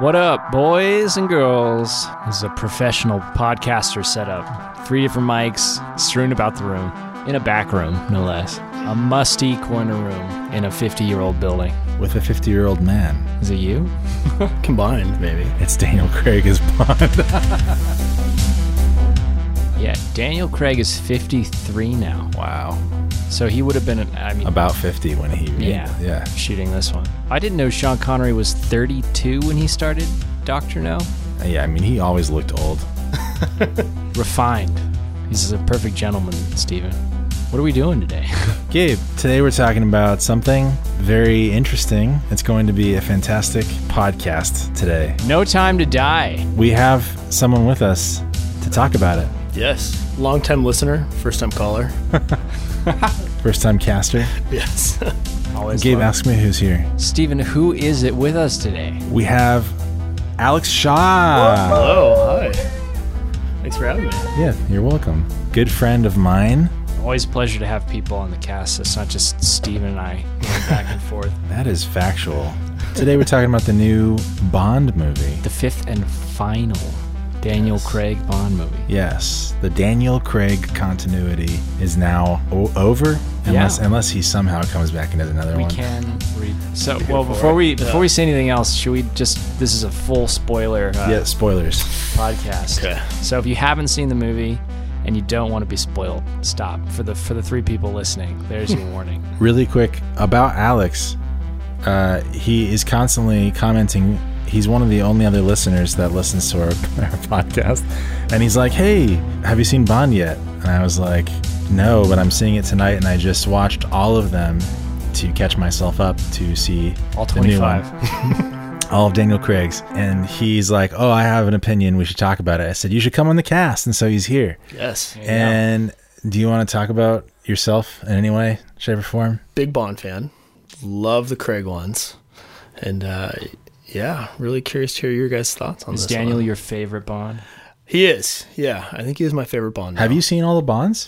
What up, boys and girls? This is a professional podcaster setup. Three different mics strewn about the room, in a back room, no less. A musty corner room in a 50 year old building. with a 50 year old man. Is it you? Combined, maybe. It's Daniel Craig as Bond. Yeah, Daniel Craig is 53 now. wow. So he would have been, I mean, About 50 when he. yeah, Yeah. shooting this one. I didn't know Sean Connery was 32 when he started Dr. No. Yeah. I mean, he always looked old. Refined. He's a perfect gentleman, Steven. What are we doing today? Gabe, today we're talking about something very interesting. It's going to be a fantastic podcast today. no time to die. We have someone with us to talk about it. Yes. Long time listener, first time caller. First time caster. Yes. Always Gabe, ask me who's here. Steven, who is it with us today? We have Alex Shaw. Hello. Oh, Hi. Thanks for having me. Yeah, you're welcome. Good friend of mine. Always a pleasure to have people on the cast. It's not just Steven and I going back and forth. That is factual. Today we're talking about the new Bond movie. The fifth and final Daniel Craig Bond movie. Yes, the Daniel Craig continuity is now o- over, unless unless he somehow comes back and does another We one. can read. So, well, before we before we say anything else, should we just? This is a full spoiler uh, Yeah, spoilers. podcast. Okay. So, if you haven't seen the movie and you don't want to be spoiled, stop. For the for the three people listening, there's your warning. Really quick about Alex, uh, he is constantly commenting. He's one of the only other listeners that listens to our, our podcast, and he's like, "Hey, have you seen Bond yet?" And I was like, "No, but I'm seeing it tonight, and I just watched all of them to catch myself up to see All the new one." 25. all of Daniel Craig's, and he's like, "Oh, I have an opinion. We should talk about it." I said, "You should come on the cast," and so he's here. Yes. And do you want to talk about yourself in any way, shape, or form? Big Bond fan. Love the Craig ones. And uh, yeah, really curious to hear your guys' thoughts on Is this. Daniel one. your favorite Bond? He is. Yeah. I think he is my favorite Bond. Have now. you seen all the Bonds?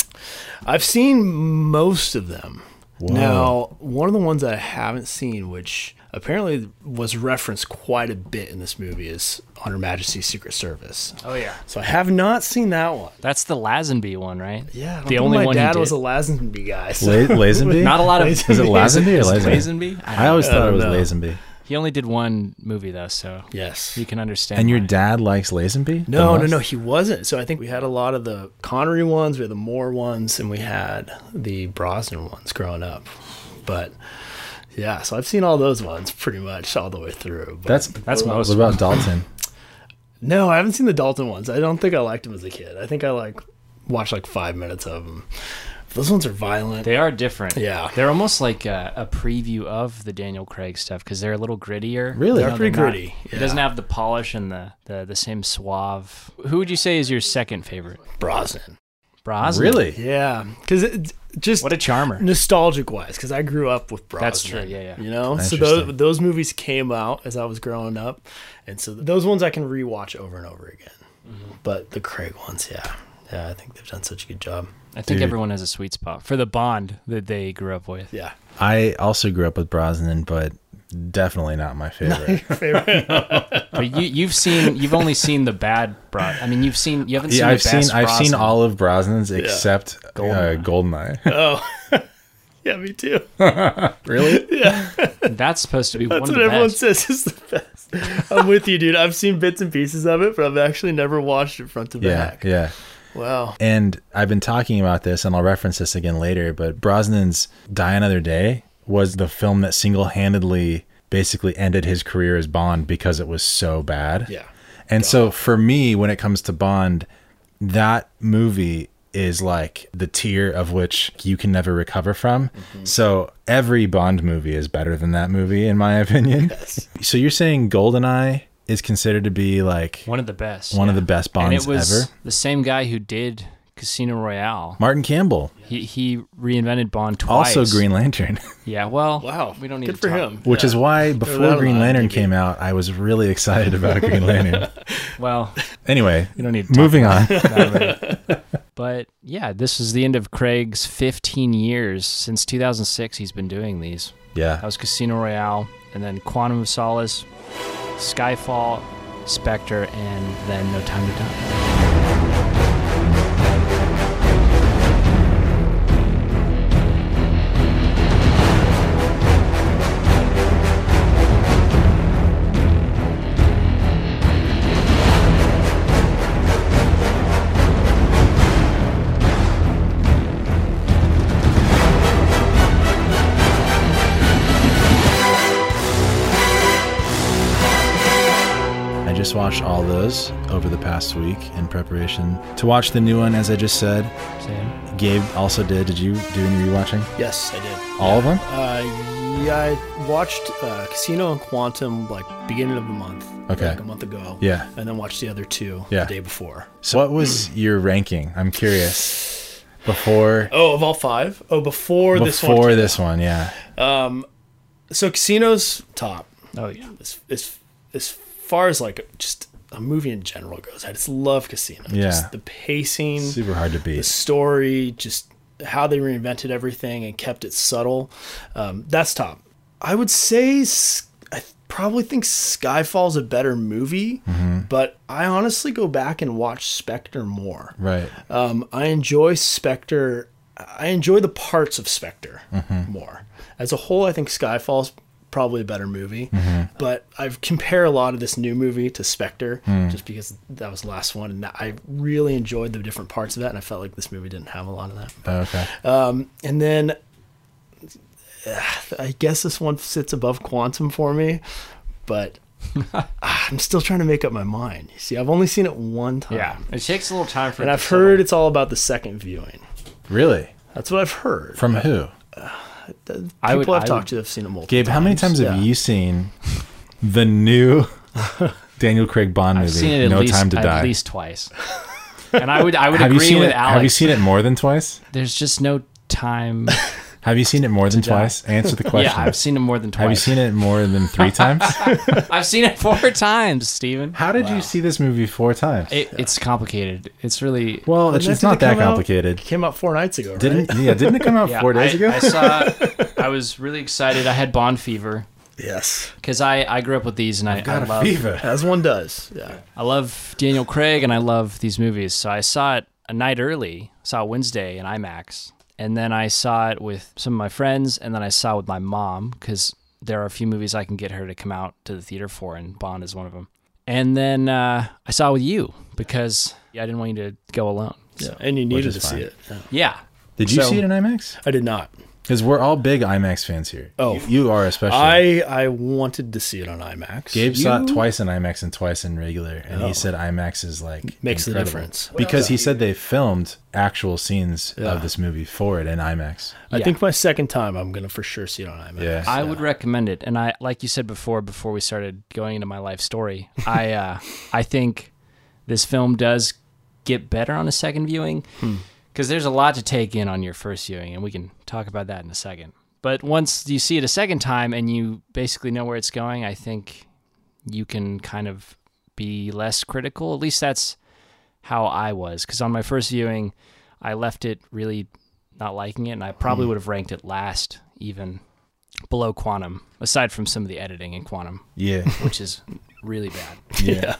I've seen most of them. Whoa. Now, one of the ones that I haven't seen, which apparently was referenced quite a bit in this movie, is On Her Majesty's Secret Service. Oh yeah. So I have not seen that one. That's the Lazenby one, right? Yeah, I don't the think only my one he dad did. was a Lazenby guy. So. La- Lazenby? Not a lot of. Lazenby. Is it Lazenby or Is it Lazenby? Lazenby? I don't I always I thought it don't was know. Lazenby. He only did one movie though, so yes. you can understand. And your why. dad likes Lazenby? the no, no, most? no, he wasn't. So I think we had a lot of the Connery ones, we had the Moore ones, and we had the Brosnan ones growing up. But yeah, so I've seen all those ones pretty much all the way through. But That's That's most What about Dalton? no, I haven't seen the Dalton ones. I don't think I liked them as a kid. I think I like watched like five minutes of them. Those ones are violent. They are different. Yeah. They're almost like a, a preview of the Daniel Craig stuff because they're a little grittier. Really? You They're pretty they're not- gritty, It doesn't have the polish and the, the, the same suave. Who would you say is your second favorite? Brosnan. Brosnan. really? Yeah, because just What a charmer. nostalgic wise because i grew up with brosnan That's true, yeah, yeah. you know so Interesting. those, those movies came out as i was growing up and so those ones i can rewatch over and over again Mm-hmm. but the craig ones yeah yeah i think they've done such a good job I think Dude. everyone has a sweet spot for the bond that they grew up with. yeah I also grew up with Brosnan, but definitely not my favorite. But you you've seen you've only seen the bad bro. I mean you've seen you haven't seen yeah, the I've seen best I've seen Brosnan. all of Brosnan's except Goldeneye. Uh, Goldeneye. yeah me too really? That's supposed to be that's one of what the everyone best. says is the best i'm with you dude i've seen bits and pieces of it but i've actually never watched it front to Yeah, back yeah. wow And I've been talking about this, and I'll reference this again later. But Brosnan's Die Another Day was the film that single-handedly basically ended his career as Bond because it was so bad. yeah And so for me, when it comes to Bond, that movie is like the tier of which you can never recover from. Mm-hmm. So every Bond movie is better than that movie, in my opinion. So you're saying Goldeneye is considered to be like One of the best. one of yeah. the best and Bonds it was ever? the same guy who did Casino Royale. Martin Campbell, He he reinvented Bond twice. also Green Lantern. Yeah. Well. wow We don't need good to for talk. him Which is why before that Green on Lantern IMDb. came out, I was really excited about Green Lantern. Well, Anyway, we don't need to talk moving on. about it. But yeah, this is the end of Craig's 15 years since 2006. He's been doing these. That Yeah. was Casino Royale, and then Quantum of Solace, Skyfall, Spectre, and then No Time to Die. I just watched all those over the past week in preparation to watch the new one, as I just said. Sam? Gabe also did. Did you do any rewatching? Yes, I did. All of them? Uh, yeah, I watched uh, Casino and Quantum like beginning of the month. Okay. Like a month ago. Yeah. And then watched the other two Yeah. the day before. So, what was your ranking? I'm curious. Before Oh, of all five? Oh, before, this one. before this one, yeah. So Casino's top. Oh yeah. As, as, as far as like just a movie in general goes, I just love Casino. Yeah. Just the pacing. Super hard to the beat. story, just how they reinvented everything and kept it subtle. Um, that's top. I would say S- I th- probably think Skyfall's a better movie, but I honestly go back and watch Spectre more. Right. Um, I enjoy Spectre. I enjoy the parts of Spectre Mm-hmm. more. As a whole, I think Skyfall's probably a better movie. Mm-hmm. But I've compare a lot of this new movie to Spectre Mm. just because that was the last one, and I really enjoyed the different parts of that, and I felt like this movie didn't have a lot of that. Okay. And then uh, I guess this one sits above Quantum for me, but. ah, I'm still trying to make up my mind. You see, I've only seen it one time. Yeah. It takes a little time for. And I've heard it's all about the second viewing. Really? That's what I've heard. From who? The people I I would- have I talked would- to have seen it multiple Gabe, how many times have yeah. you seen the new Daniel Craig Bond movie? I've seen it at no least time to die. at least twice. and I would I would have you agree seen with it? Alex. Have you seen it more than twice? There's just no time. Have you seen it more than twice? Answer the question. yeah, I've seen it more than twice. Have you seen it more than three times? I've seen it four times, Steven. How did you see this movie four times? It, It's complicated. It's really well, When it's, it's did not it that come out? complicated. It came out four nights ago, right? Didn't yeah? Didn't it come out Yeah, four days I, ago? I saw. I was really excited. I had Bond fever Yes. because I I grew up with these and I, I Got a love fever. As one does. Yeah. I love Daniel Craig and I love these movies. So I saw it a night early. Saw it Wednesday in IMAX, and then I saw it with some of my friends, and then I saw it with my mom because there are a few movies I can get her to come out to the theater for, and Bond is one of them. And then uh, I saw it with you because I didn't want you to go alone. yeah. And you needed is to fine. see it. Yeah. Yeah. Did you So- see it in IMAX? I did not. Because we're all big IMAX fans here. Oh. you, you are especially. I I wanted to see it on IMAX. Gabe saw it You- Oh. twice in IMAX and twice in regular, and he said IMAX is like Makes the incredible. difference. because he said they filmed actual scenes of this movie for it in IMAX. I Yeah. think my second time I'm gonna for sure see it on IMAX. Yeah, I would recommend it, and I like you said before. Before we started going into my life story, I uh, I think this film does get better on a second viewing because there's a lot to take in on your first viewing, and we can talk about that in a second. But once you see it a second time and you basically know where it's going, I think you can kind of be less critical. At least that's how I was. Because on my first viewing, I left it really not liking it, and I probably would have ranked it last, even below Quantum, aside from some of the editing in Quantum, yeah, which is really bad. yeah.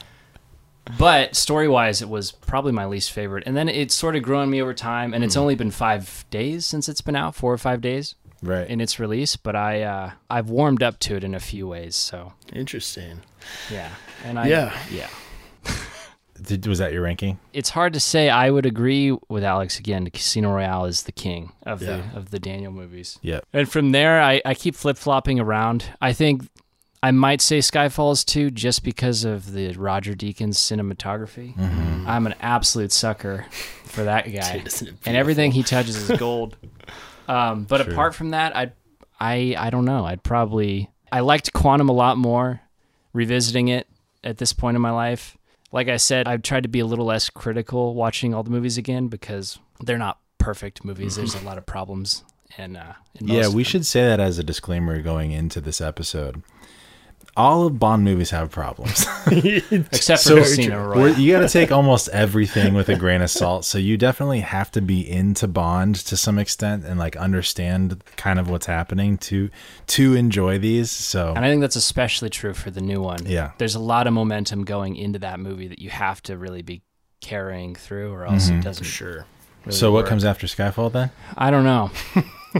But story wise, it was probably my least favorite. And then it sort of grew on me over time, and it's Hmm. only been five days since it's been out, four or five days right. in its release. But I, uh, I've warmed up to it in a few ways. So Interesting. yeah, and I, Yeah. yeah. Did, was that your ranking? it's hard to say. I would agree with Alex again. Casino Royale is the king of Yeah. the of the Daniel movies. Yep. And from there, I, I keep flip flopping around. I think I might say Skyfalls too, just because of the Roger Deakins cinematography. I'm an absolute sucker for that guy, Dude, isn't it and everything he touches is gold. um, but apart from that, I I I don't know. I'd probably I liked Quantum a lot more. Revisiting it at this point in my life, like I said, I've tried to be a little less critical watching all the movies again because they're not perfect movies. There's a lot of problems, and uh, in most Yeah, of we them. should say that as a disclaimer going into this episode. all of Bond movies have problems. except for So- Casino Where Royale. you got to take almost everything with a grain of salt. So you definitely have to be into Bond to some extent and like understand kind of what's happening to to enjoy these. So And I think that's especially true for the new one. Yeah. There's a lot of momentum going into that movie that you have to really be carrying through or else Mm-hmm. it doesn't. Sure. so what comes after Skyfall then? I don't know.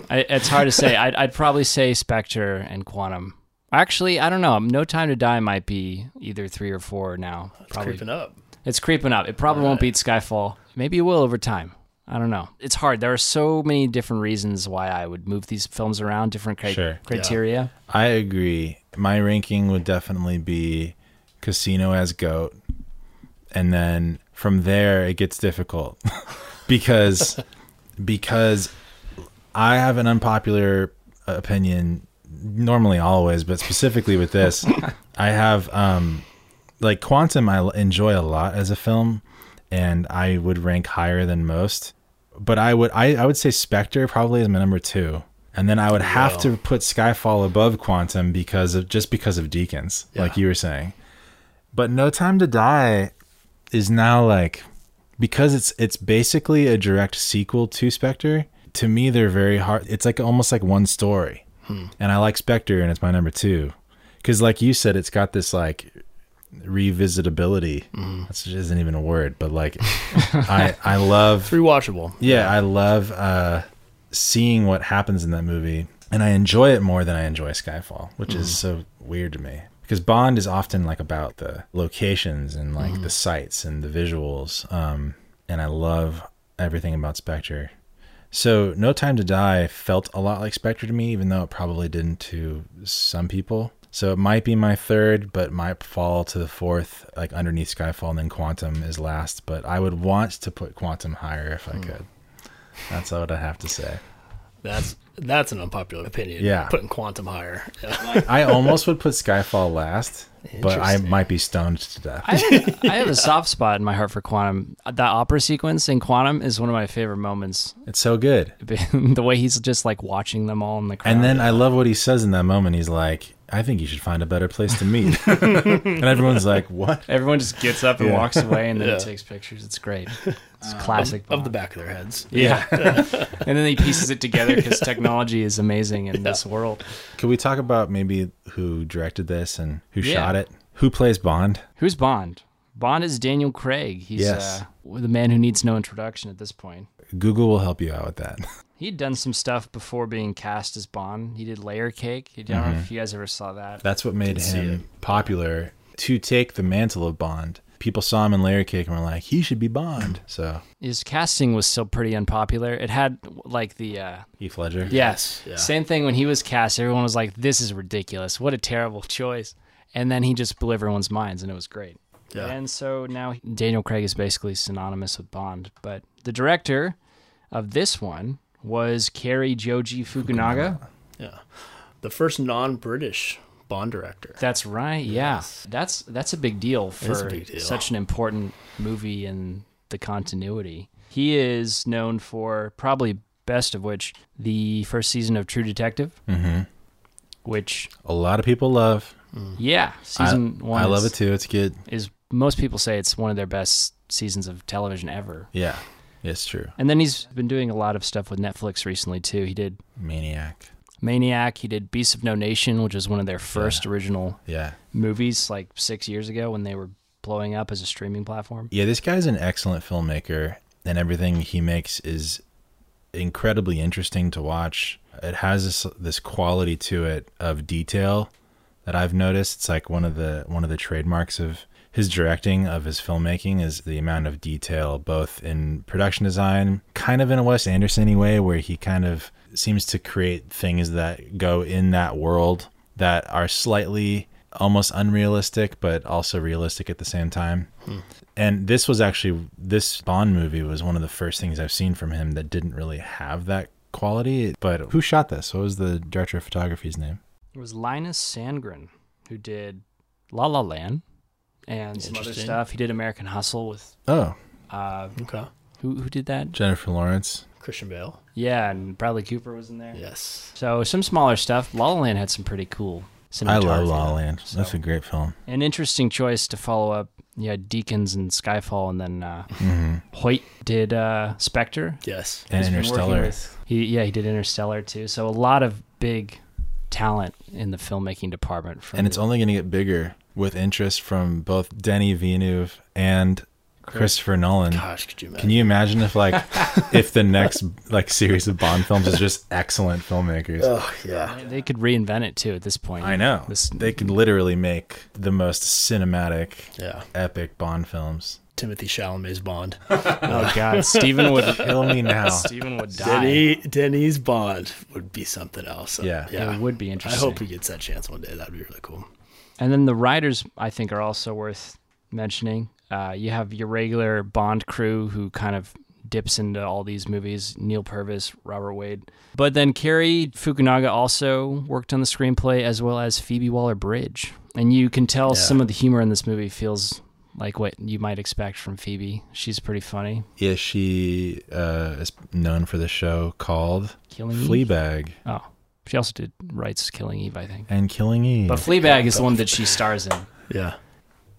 I, it's hard to say. I'd, I'd probably say Spectre and Quantum. Actually, I don't know. No Time to Die might be either three or four now. probably Creeping up. It's creeping up. It probably won't beat Skyfall. Maybe it will over time. I don't know. It's hard. There are so many different reasons why I would move these films around, different cri- Sure. Yeah. criteria. I agree. My ranking would definitely be Casino as goat, and then from there it gets difficult because because I have an unpopular opinion normally always, but specifically with this, I have um like Quantum I l- enjoy a lot as a film and I would rank higher than most. But I would I, I would say Spectre probably is my number 2. And then I would have to put Skyfall above Quantum because of just because of Deacons, like Yeah. you were saying. But No Time to Die is now like because it's it's basically a direct sequel to Spectre. To me, they're very hard. It's like almost like one story, and I like Spectre, and it's my number two, because like you said, it's got this like revisitability. That's That isn't even a word, but like I I love It's rewatchable. yeah I love uh, seeing what happens in that movie, and I enjoy it more than I enjoy Skyfall, which is so weird to me. Because Bond is often like about the locations and like the sights and the visuals, um, and I love everything about Spectre. So No Time to Die felt a lot like Spectre to me, even though it probably didn't to some people. So it might be my third, but might fall to the fourth, like underneath Skyfall, and then Quantum is last. But I would want to put Quantum higher if I could. That's what I have to say. That's that's an unpopular opinion. Yeah. Putting quantum higher. Yeah. I almost would put Skyfall last, but I Interesting. might be stoned to death. I, I have a soft spot in my heart for Quantum. That opera sequence in Quantum is one of my favorite moments. it's so good. the way he's just like watching them all in the crowd. And then I love what he says in that moment. He's like, I think you should find a better place to meet. and everyone's like, What? everyone just gets up and Yeah. walks away and then Yeah. takes pictures. It's great. It's classic. Of the Bond. back of their heads. Yeah. and then he pieces it together because technology is amazing in this world. Could we talk about maybe who directed this and who Yeah. shot it? Who plays Bond? Who's Bond? Bond is Daniel Craig. He's Yes. uh, the man who needs no introduction at this point. Google will help you out with that. He'd done some stuff before being cast as Bond. He did Layer Cake. He, I don't Mm-hmm. know if you guys ever saw that. That's what made see him popular to take the mantle of Bond. People saw him in Layer Cake and were like, he should be Bond. So His casting was still pretty unpopular. It had like the uh, Heath Ledger. yes, yeah. same thing when he was cast. Everyone was like, "This is ridiculous. What a terrible choice." And then he just blew everyone's minds, and it was great. Yeah. And so now Daniel Craig is basically synonymous with Bond. But the director of this one was Kerry Joji Fukunaga. Yeah. The first non British Bond director. That's right. Yeah, that's that's a big deal is for a big deal. such an important movie and the continuity. He is known for probably best of which the first season of True Detective, mm-hmm. which A lot of people love. yeah, season I, one. I love is, it too. It's good. Is most people say it's one of their best seasons of television ever. Yeah. It's true. And then he's been doing a lot of stuff with Netflix recently too. He did Maniac. Maniac. He did Beasts of No Nation, which was one of their first original Yeah. movies like six years ago when they were blowing up as a streaming platform. Yeah, this guy's an excellent filmmaker, and everything he makes is incredibly interesting to watch. It has this this quality to it of detail that I've noticed. It's like one of the one of the trademarks of his directing of his filmmaking is the amount of detail both in production design, kind of in a Wes Anderson way where he kind of seems to create things that go in that world that are slightly almost unrealistic but also realistic at the same time. And this was actually this Bond movie was one of the first things I've seen from him that didn't really have that quality. But who shot this? What was the director of photography's name? It was Linus Sandgren who did La La Land and some other Interesting. stuff. He did American Hustle with Oh, uh, Okay. who who did that? Jennifer Lawrence. Christian Bale. Yeah, and Bradley Cooper was in there. Yes. So some smaller stuff. La La Land had some pretty cool I love cinematography. La La Land. So- That's a great film. An interesting choice to follow up. Yeah, Deacons and Skyfall, and then uh, Mm-hmm. Hoyt did uh, Spectre. Yes. And He's been working Interstellar. with- He yeah, he did Interstellar too. So a lot of big talent in the filmmaking department. From And it's only going to get bigger with interest from both Denny Villeneuve and Christopher Nolan. Gosh, could you imagine? Can you imagine if like if the next like series of Bond films is just excellent filmmakers? Oh yeah. they could reinvent it too at this point. I know. This- They could literally make the most cinematic, Yeah. epic Bond films. Timothy Chalamet's Bond. Oh God, Steven would Kill me now. Steven would die. Denny Denny's Bond would be something else. Yeah. Yeah. It would be I interesting. hope he gets that chance one day. That'd be really cool. And then the writers, I think, are also worth mentioning. Uh, you have your regular Bond crew who kind of dips into all these movies Neil Purvis, Robert Wade. But then Kerry Fukunaga also worked on the screenplay as well as Phoebe Waller Bridge. And you can tell some of the humor in this movie feels like what you might expect from Phoebe. She's pretty funny. Yeah, she uh, is known for the show called Killing Eve. Fleabag Oh, she also did writes Killing Eve, I think. and Killing Eve, But Fleabag is the one that she stars in. Yeah.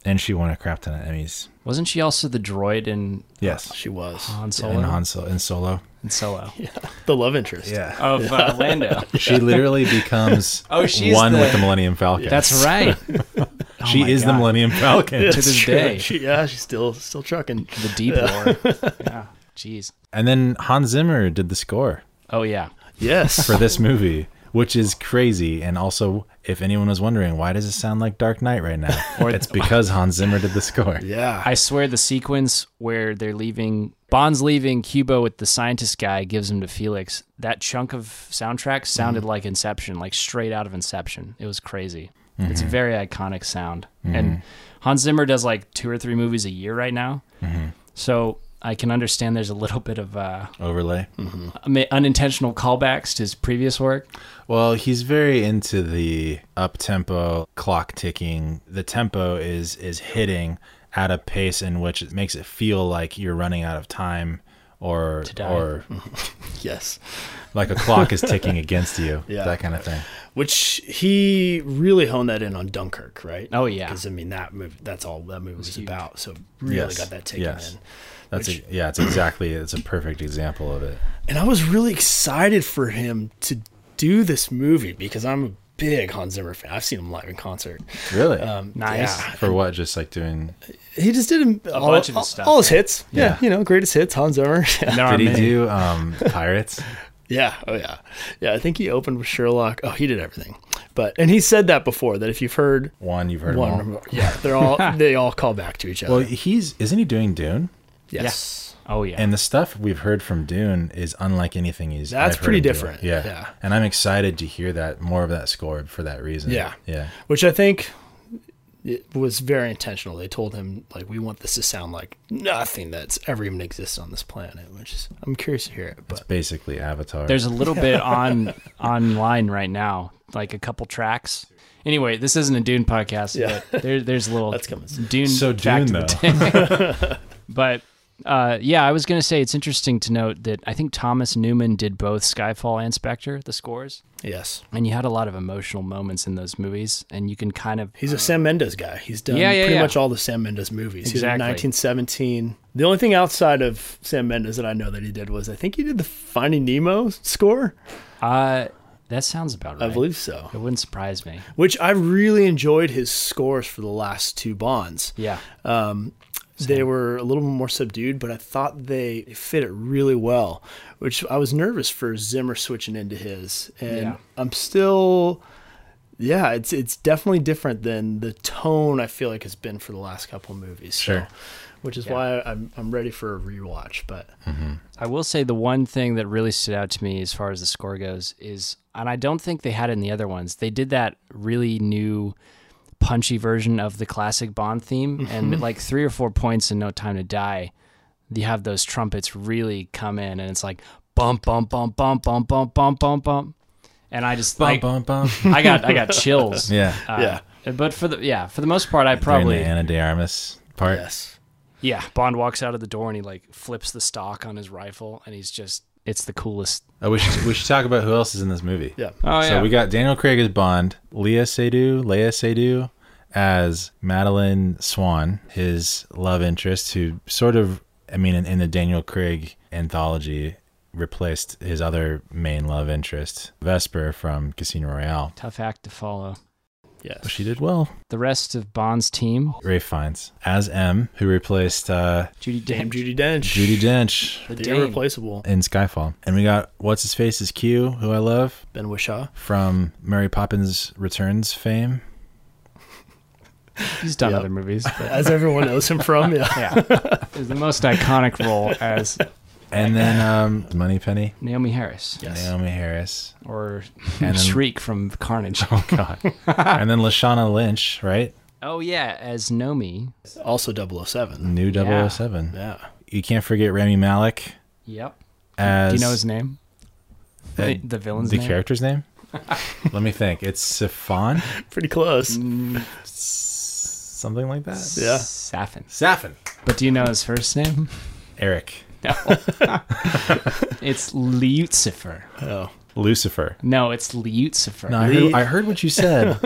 and she won a crap ton of Emmys. Wasn't she also the droid in Yes, She was. Han Solo? and Han Solo. And Solo. And Solo. The love interest. Yeah, Of uh, Lando. she literally becomes Oh, she's one the- with the Oh Millennium Falcon. That's right. she is the Millennium Falcon. It's To this true. day. She, yeah, she's still still trucking. the deep lore. Yeah. Jeez. And then Hans Zimmer did the score Oh yeah. Yes. for Oh. this movie, which is crazy. And also, if anyone was wondering, why does it sound like Dark Knight right now? it's because Hans Zimmer did the score. yeah. I swear the sequence where they're leaving Bond's leaving Cuba with the scientist guy gives him to Felix. That chunk of soundtrack sounded like Inception, like straight out of Inception. It was crazy. It's a very iconic sound. And Hans Zimmer does like two or three movies a year right now. So I can understand there's a little bit of uh, Overlay. unintentional callbacks to his previous work. Well, he's very into the up tempo, clock ticking. The tempo is is hitting at a pace in which it makes it feel like you're running out of time or die. or yes. like a clock is ticking against you. Yeah. That kind of thing. Which he really honed that in on Dunkirk, right? Oh, yeah. Because I mean that movie that's all that movie was about. So really Yes, got that taken yes. in. That's Which- a, yeah, it's exactly it's a perfect example of it. And I was really excited for him to do this movie because I'm a big Hans Zimmer fan. I've seen him live in concert. Really? Nice. Yeah. For what? Just like doing He just did a bunch of his stuff, All his hits. Yeah. Yeah. You know, greatest hits, Hans Zimmer. Yeah. There are Did he many. do um, pirates? Yeah. Oh, yeah. Yeah. I think he opened with Sherlock. Oh, he did everything. But, and he said that before that if you've heard One you've heard of. one, All. yeah, they're all, they all call back to each other. Well, he's isn't he doing Dune? yes. Oh yeah. And the stuff we've heard from Dune is unlike anything he's. That's I've heard pretty him do. different. Yeah. Yeah. And I'm excited to hear that more of that score for that reason. Yeah. Yeah. Which I think it was very intentional. They told him, like, we want this to sound like nothing that's ever even exists on this planet, which is, I'm curious to hear it. But It's basically Avatar. There's a little bit on online right now, like a couple tracks. Anyway, this isn't a Dune podcast, Yeah. but there, there's a little That's coming soon. Dune. so fact Dune of though. the day. But uh, yeah, I was gonna say it's interesting to note that I think Thomas Newman did both Skyfall and Spectre, the scores, yes. and you had a lot of emotional moments in those movies, and you can kind of He's a Sam Mendes guy. He's done Uh, Yeah, yeah, pretty yeah. much all the Sam Mendes movies. He did Exactly. 1917. The only thing outside of Sam Mendes that I know that he did was I think he did the Finding Nemo score. uh, that sounds about I right. believe so. it wouldn't surprise me. Which I really enjoyed his scores for the last two Bonds. Yeah, They were a little more subdued, but I thought they fit it really well, which I was nervous for Zimmer switching into his. And Yeah. I'm still yeah, it's it's definitely different than the tone I feel like has been for the last couple movies. so- Sure. which is Yeah. why I'm I'm ready for a rewatch, but I will say the one thing that really stood out to me as far as the score goes is, and I don't think they had it in the other ones. They did that really new, punchy version of the classic Bond theme, and like three or four points in No Time to Die, you have those trumpets really come in, and it's like bump, bump, bump, bump, bump, bump, bump, bump, bump, and I just bum like, bum bum. I got I got chills. yeah. Uh, But for the yeah, for the most part, I Probably probably the Anna De Armas part. yes. yeah. Bond walks out of the door and he like flips the stock on his rifle, and he's just it's the coolest. Uh, we should we should talk about who else is in this movie. Yeah. Oh So we got Daniel Craig as Bond, Leah Seydoux, Leia Seydoux as Madeline Swan, his love interest, who sort of, I mean, in, in the Daniel Craig anthology, replaced his other main love interest, Vesper from Casino Royale. tough act to follow. Yes. She did well. The rest of Bond's team, Ray Fiennes as M, who replaced uh, Judy Dench, Damn Judy Dench. Judy Dench the The Dame. irreplaceable in Skyfall. And we got what's his face is Q, who I love Ben Wishaw. from Mary Poppins Returns fame. He's done Yep. other movies. But As everyone knows him from, yeah. yeah, it was the most iconic role as And then um, Money Penny, Naomi Harris Yes. Naomi Harris, or And then- Shriek from Carnage. Oh God! and then Lashana Lynch, right? Oh yeah, as Nomi. Also 007. New Yeah. 007. Yeah. You can't forget Rami Malik Yep. as Do you know his name? uh, The, the villain's the name. character's name. Let me think. It's Safan, Pretty close. Mm, something like that. Yeah. Safin. Safin. But do you know his first name? Eric. No. it's Lucifer. Oh. Lucifer. No, it's Lucifer. No, I heard, I heard what you said.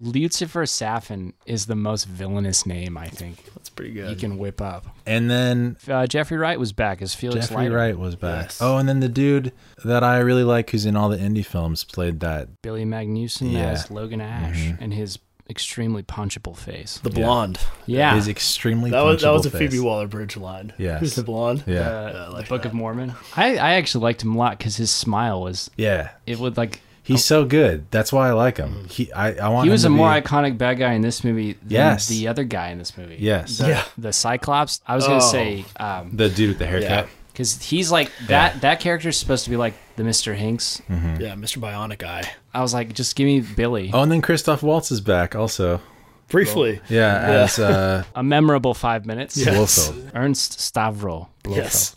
Lucifer Safin is the most villainous name I think That's pretty you good. can whip up. and then Uh, Jeffrey Wright was back as Felix Jeffrey Leiter. Wright was back. Yes. Oh, and then the dude that I really like, who's in all the indie films, played that. Billy Magnuson Yeah. Mm-hmm. as Logan Ash and his extremely punchable face. the blonde. Yeah. Uh, His extremely. That was that was punchable a Phoebe face. Waller Bridge line. Yes. Who's the blonde? Yeah. the, Yeah, I like the Book of Mormon. I, I actually liked him a lot because his smile was yeah. it would like He's so good. That's why I like him. He, I, I Oh. want. he him was to a more be- iconic bad guy in this movie than Yes. the other guy in this movie. Yes. The, Yeah. the Cyclops. I was gonna Oh. say um The dude with the haircut. because he's like that that character's supposed to be like the Mr. Hinks. Mm. Mm-hmm. Yeah, Mr. Bionic Eye. I was like, just give me Billy. Oh, and then Christoph Waltz is back also. Briefly. Yeah, as uh, A memorable five minutes. Yeah. Blofeld, Ernst Stavro. Blofeld. Yes.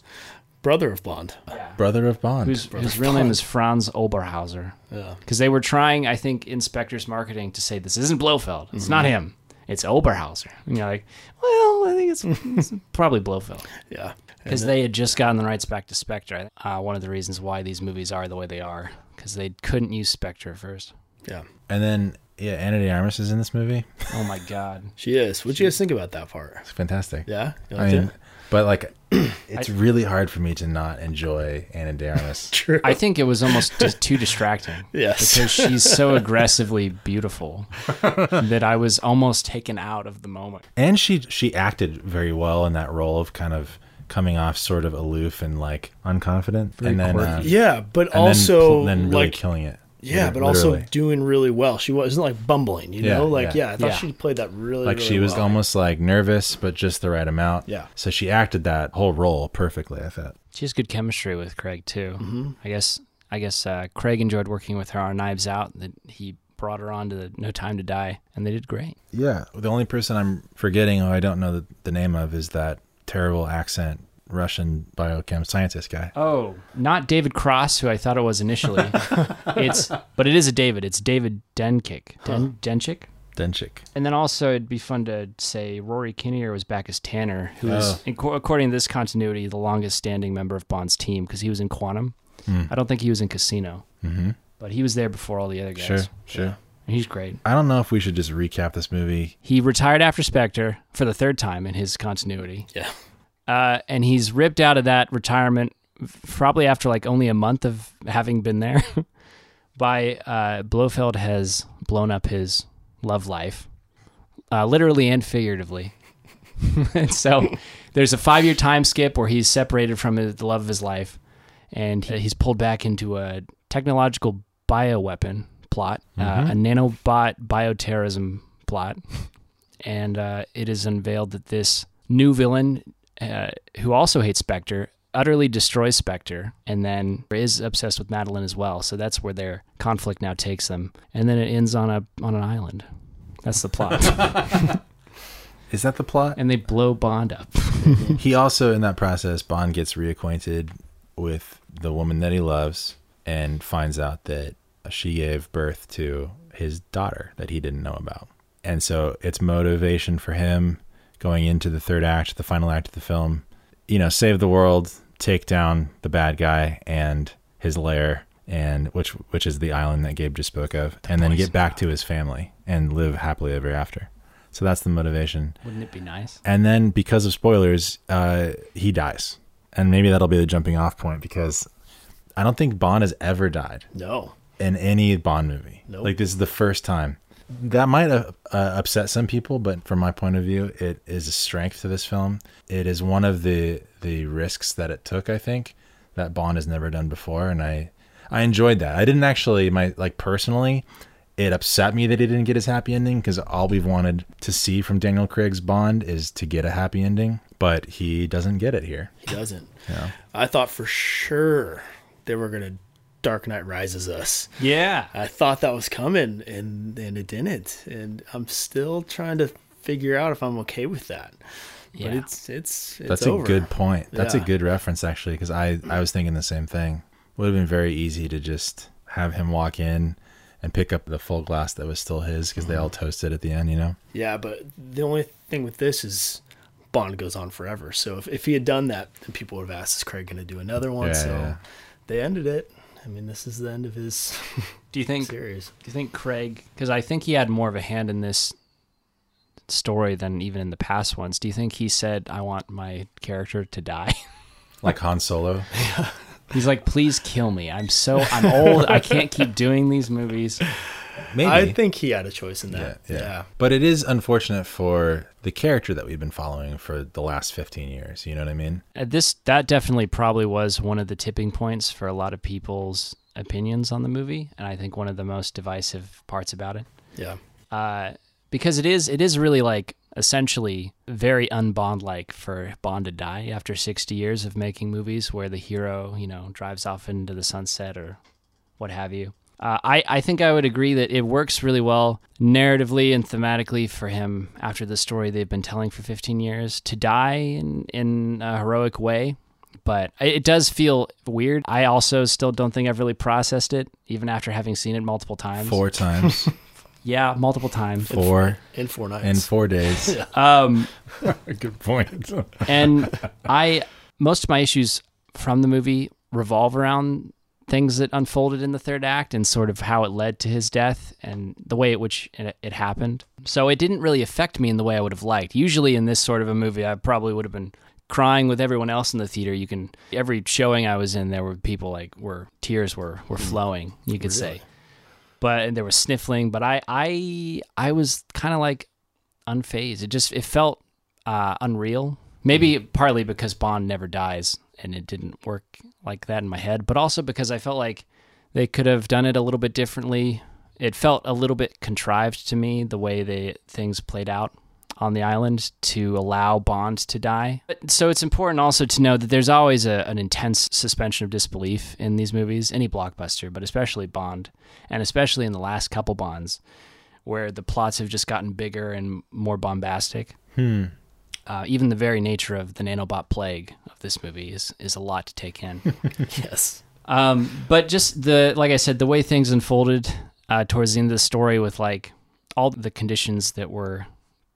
Brother of Blonde. brother of Bond. Who's, his real name is Franz Oberhauser. Yeah. Because they were trying, I think, inspectors marketing to say this isn't Blofeld. It's not him. It's Oberhauser. And you're like, well, I think it's, it's probably Blofeld. Yeah. Because they had just gotten the rights back to Spectre. Uh, one of the reasons why these movies are the way they are. Because they couldn't use Spectre at first. Yeah. and then yeah, Anna De Armas is in this movie. Oh my God. She is. What'd you guys think about that part? It's fantastic. Yeah? You I liked mean, it? but like, it's really hard for me to not enjoy Anna De Armas. True. I think it was almost just too distracting. yes. Because she's so aggressively beautiful that I was almost taken out of the moment. and she she acted very well in that role of kind of comoming off sort of aloof and like unconfident, and then quirky. uh, and Yeah, but then also pl- then, really like killing it. yeah, Lit- but also literally. doing really well. She wasn't like bumbling, you Yeah, know. Like yeah. yeah, I thought Yeah. she played that really like she really was well. almost like nervous but just the right amount Yeah. so she acted that whole role perfectly i thought She has good chemistry with Craig too. Mm-hmm. I guess I guess uh, Craig enjoyed working with her on Knives Out. That he brought her on to the No Time to Die, and they did great. yeah the only person i'm forgetting who i don't know the, the name of is that terrible accent russian biochem scientist guy Oh, not David Cross, who I thought it was initially. it's but it is a David. It's David Denkick, Den- Denchik. denchik And then also, it'd be fun to say Rory Kinnear was back as Tanner, who Oh. is, inco- according to this continuity, the longest standing member of Bond's team because he was in Quantum. Hmm. I don't think he was in Casino, mm-hmm. but he was there before all the other guys. sure sure He's great. i don't know if we should just recap this movie He retired after Spectre for the third time in his continuity. Yeah. Uh, and he's ripped out of that retirement f- probably after like only a month of having been there by uh, Blofeld has blown up his love life, uh, literally and figuratively. and so there's a five year time skip where he's separated from his, the love of his life and he- he's pulled back into a technological bioweapon plot, uh, a nanobot bioterrorism plot. And uh, it is unveiled that this new villain, uh, who also hates Spectre, utterly destroys Spectre and then is obsessed with Madeline as well. So that's where their conflict now takes them. And then it ends on a on an island. That's the plot. is that the plot and they blow Bond up. he also in that process bond gets reacquainted with the woman that he loves and finds out that she gave birth to his daughter that he didn't know about and so it's motivation for him going into the third act the final act of the film you know save the world take down the bad guy and his lair, and which which is the island that Gabe just spoke of, and then get back to his family and live happily ever after. So that's the motivation. Wouldn't it be nice? And then because of spoilers, uh, he dies, and maybe that'll be the jumping off point because I don't think Bond has ever died No. in any Bond movie. Nope. Like this is the first time. That might uh, uh, upset some people, but from my point of view, it is a strength to this film. It is one of the the risks that it took. I think that Bond has never done before, and I I enjoyed that. I didn't actually my like personally. It upset me that he didn't get his happy ending because all we've wanted to see from Daniel Craig's Bond is to get a happy ending, but he doesn't get it here. He doesn't. Yeah. I thought for sure they were gonna Dark Knight Rises us. Yeah. I thought that was coming, and and it didn't. And I'm still trying to figure out if I'm okay with that. Yeah. But it's it's, it's That's over. a good point. That's a Yeah. good reference actually, because I I was thinking the same thing. Would have been very easy to just have him walk in and pick up the full glass that was still his because they all toasted at the end, you know. Yeah, but the only thing with this is Bond goes on forever. So if, if he had done that, then people would have asked, is Craig going to do another one? Yeah, so yeah. they ended it. I mean, this is the end of his Do you think? Do series. you think Craig? Because I think he had more of a hand in this story than even in the past ones. Do you think he said, "I want my character to die"? Like Han Solo. He's like, "Please kill me. I'm so I'm old. I can't keep doing these movies." Maybe. I think he had a choice in yeah, that. yeah. But it is unfortunate for the character that we've been following for the last 15 years, you know what I mean? Uh, this that definitely probably was one of the tipping points for a lot of people's opinions on the movie, and I think one of the most divisive parts about it. Yeah. uh, because it is it is really like essentially very unbond like for Bond to die after 60 years of making movies where the hero you know drives off into the sunset or what have you. Uh, I I think I would agree that it works really well narratively and thematically for him after the story they've been telling for 15 years to die in in a heroic way. But it it does feel weird. I also still don't think I've really processed it, even after having seen it multiple times. Four times, Yeah, multiple times. four In four nights. in four days. Um, Good point. and I most of my issues from the movie revolve around things that unfolded in the third act and sort of how it led to his death and the way at which it, it happened. So it didn't really affect me in the way I would have liked. Usually in this sort of a movie, I probably would have been crying with everyone else in the theater. You can every showing I was in, there were people like were tears were were flowing. You could say, but and there was sniffling. But I I I was kind of like unfazed. It just it felt uh, unreal. Maybe partly because Bond never dies, and it didn't work like that in my head, but also because I felt like they could have done it a little bit differently. It felt a little bit contrived to me the way they things played out on the island to allow Bond to die. But, so it's important also to know that there's always a, an intense suspension of disbelief in these movies, any blockbuster, but especially Bond, and especially in the last couple Bonds, where the plots have just gotten bigger and more bombastic uh, even the very nature of the nanobot plague of this movie is is a lot to take in. yes. um, but just the like I said, the way things unfolded uh, towards the end of the story with like all the conditions that were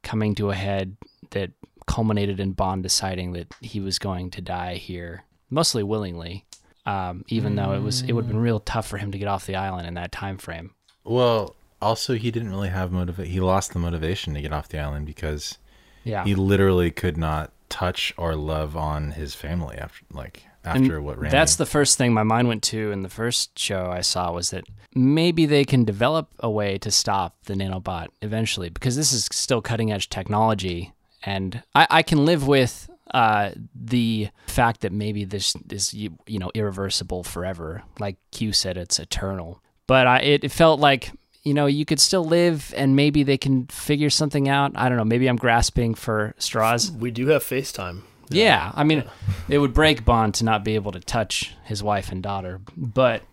coming to a head that culminated in Bond deciding that he was going to die here, mostly willingly. Um, even though it was, it would have been real tough for him to get off the island in that time frame. Well, also he didn't really have motiva- he lost the motivation to get off the island because Yeah, he literally could not touch or love on his family after like And after what Randy. That's the first thing my mind went to in the first show I saw was that maybe they can develop a way to stop the nanobot eventually because this is still cutting edge technology, and I, I can live with uh, the fact that maybe this is you, you know irreversible forever. Like Q said, it's eternal, but I it, it felt like. You know, you could still live, and maybe they can figure something out. I don't know. Maybe I'm grasping for straws. We do have FaceTime. Yeah, I mean, it would break Bond to not be able to touch his wife and daughter, but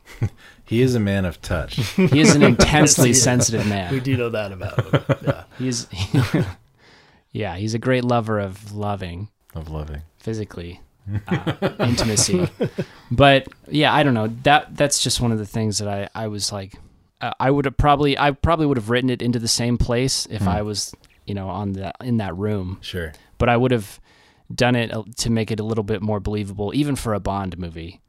he is a man of touch. he is an intensely Yes, he is. sensitive We man. do know that about him. Yeah. He's, yeah, he's a great lover of loving of loving. physically uh, intimacy, but yeah, I don't know. That that's just one of the things that I I was like, uh, I would have probably I probably would have written it into the same place if I was you know on the in that room Sure. but I would have done it uh, to make it a little bit more believable, even for a Bond movie,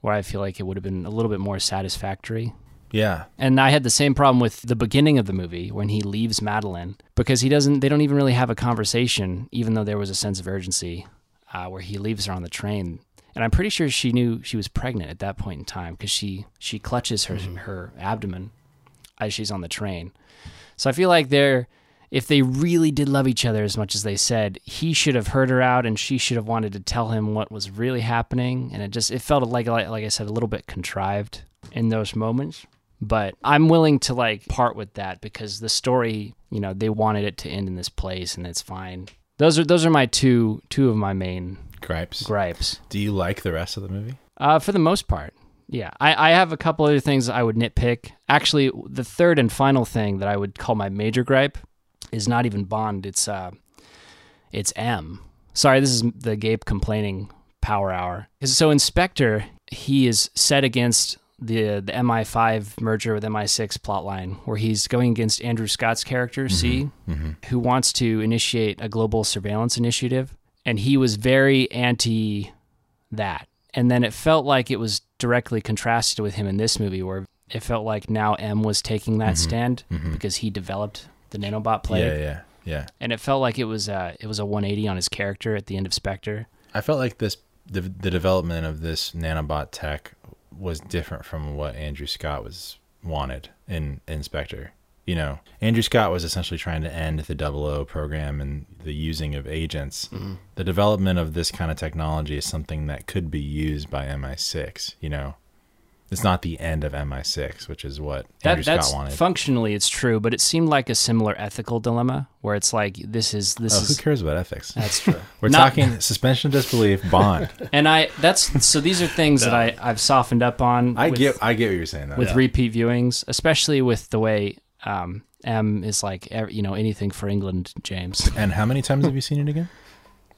where I feel like it would have been a little bit more satisfactory. Yeah. And I had the same problem with the beginning of the movie when he leaves Madeline because he doesn't. They don't even really have a conversation, even though there was a sense of urgency uh, where he leaves her on the train. And I'm pretty sure she knew she was pregnant at that point in time because she she clutches her her abdomen as she's on the train. So I feel like they're if they really did love each other as much as they said, he should have heard her out and she should have wanted to tell him what was really happening. And it just it felt like like, like I said a little bit contrived in those moments. But I'm willing to like part with that because the story, you know, they wanted it to end in this place and it's fine. Those are those are my two two of my main Gripes. gripes. Do you like the rest of the movie? Uh, for the most part, yeah. I, I have a couple other things I would nitpick. Actually, the third and final thing that I would call my major gripe is not even Bond. It's uh, it's M. Sorry, this is the Gabe complaining power hour. 'Cause- So Inspector, he is set against the the MI5 merger with MI6 plotline, where he's going against Andrew Scott's character C, who wants to initiate a global surveillance initiative, and he was very anti that. And then it felt like it was directly contrasted with him in this movie, where it felt like now M was taking that stand because he developed the nanobot Mm-hmm. plague, Mm-hmm. Yeah, yeah, yeah. and it felt like it was uh, it was a 180 on his character at the end of Spectre. I felt like this the, the development of this nanobot tech was different from what Andrew Scott was wanted in Inspector. You know, Andrew Scott was essentially trying to end the 00 program and the using of agents. Mm-hmm. The development of this kind of technology is something that could be used by MI6, you know. It's not the end of MI6, which is what That, Andrew that's Scott wanted. functionally it's true, but it seemed like a similar ethical dilemma where it's like this is this oh, who is cares about ethics? that's true. We're Not- talking suspension of disbelief, bond. and I that's so these are things that I I've softened up on. I with- get I get what you're saying though. with repeat viewings, especially with the way um, M is like ev- you know anything for England, James, and how many times have you seen it again?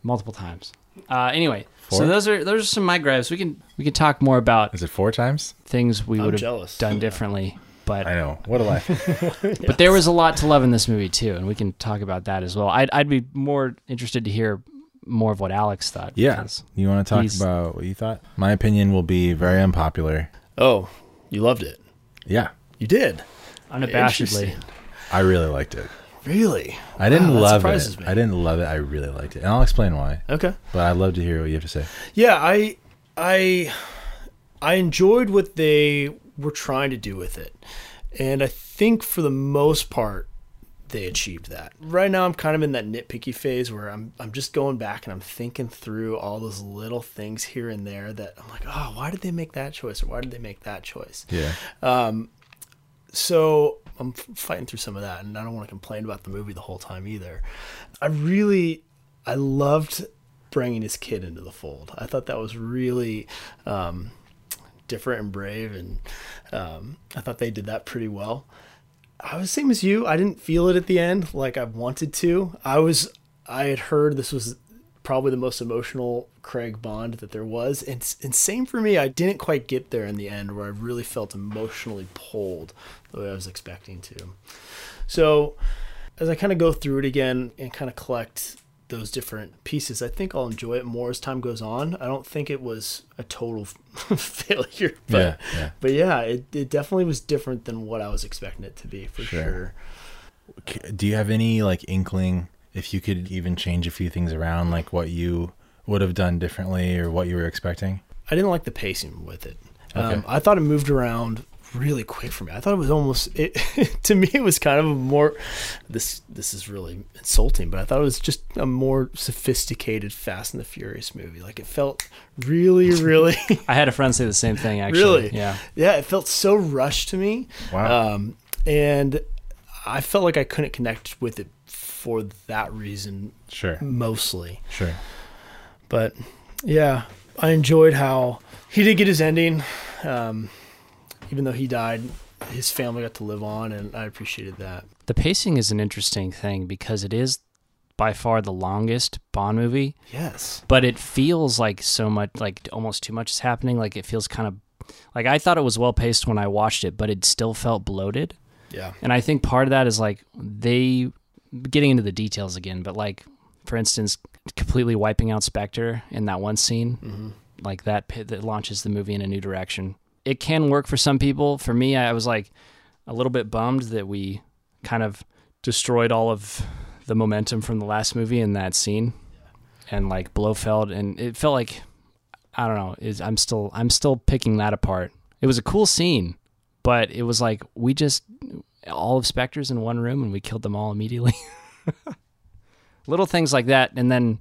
multiple times. Uh, anyway, so Four? those are those are some of my gripes. We can we can talk more about Is it four times? things we I'm would have jealous. done differently, but I know. What a life. but there was a lot to love in this movie too, and we can talk about that as well. I'd I'd be more interested to hear more of what Alex thought. yeah. because- You want to talk He's- about what you thought? My opinion will be very unpopular. Oh, you loved it. Yeah. You did. unabashedly. Interesting. I really liked it. Really? I didn't Wow, that love surprises it. me. I didn't love it. I really liked it. And I'll explain why. Okay. But I'd love to hear what you have to say. Yeah, I I I enjoyed what they were trying to do with it. And I think for the most part they achieved that. Right now I'm kind of in that nitpicky phase where I'm I'm just going back and I'm thinking through all those little things here and there that I'm like, "Oh, why did they make that choice? Or why did they make that choice?" Yeah. so I'm f- fighting through some of that, and I don't want to complain about the movie the whole time either. I really, I loved bringing his kid into the fold. I thought that was really um, different and brave, and um, I thought they did that pretty well. I was same as you. I didn't feel it at the end like I wanted to. I was I had heard this was probably the most emotional Craig Bond that there was, and, s- and same for me. I didn't quite get there in the end where I really felt emotionally pulled the way I was expecting to. So as I kind of go through it again and kind of collect those different pieces, I think I'll enjoy it more as time goes on. I don't think it was a total failure, but yeah. Yeah. but yeah, it, it definitely was different than what I was expecting it to be for Sure. sure. C- Do you have any like inkling if you could even change a few things around like what you would have done differently or what you were expecting? I didn't like the pacing with it. Um, Okay. I thought it moved around really quick for me. I thought it was almost it to me it was kind of a more this this is really insulting, but I thought it was just a more sophisticated Fast and the Furious movie. Like it felt really really I had a friend say the same thing actually. really Yeah. yeah, it felt so rushed to me. Wow. um, and I felt like I couldn't connect with it for that reason sure. mostly. Sure. But yeah, I enjoyed how he did get his ending. Um, even though he died, his family got to live on, and I appreciated that. The pacing is an interesting thing because it is by far the longest Bond movie, Yes. but it feels like so much, like almost too much is happening. Like it feels kind of like I thought it was well paced when I watched it, but it still felt bloated. Yeah. And I think part of that is like they getting into the details again, but like for instance, completely wiping out Spectre in that one scene, Mm-hmm. like that pi- that launches the movie in a new direction. It can work for some people. For me, I was like a little bit bummed that we kind of destroyed all of the momentum from the last movie in that scene, and like Blofeld, and it felt like I don't know. Is I'm still I'm still picking that apart. It was a cool scene, but it was like we just all of Spectres in one room and we killed them all immediately. Little things like that, and then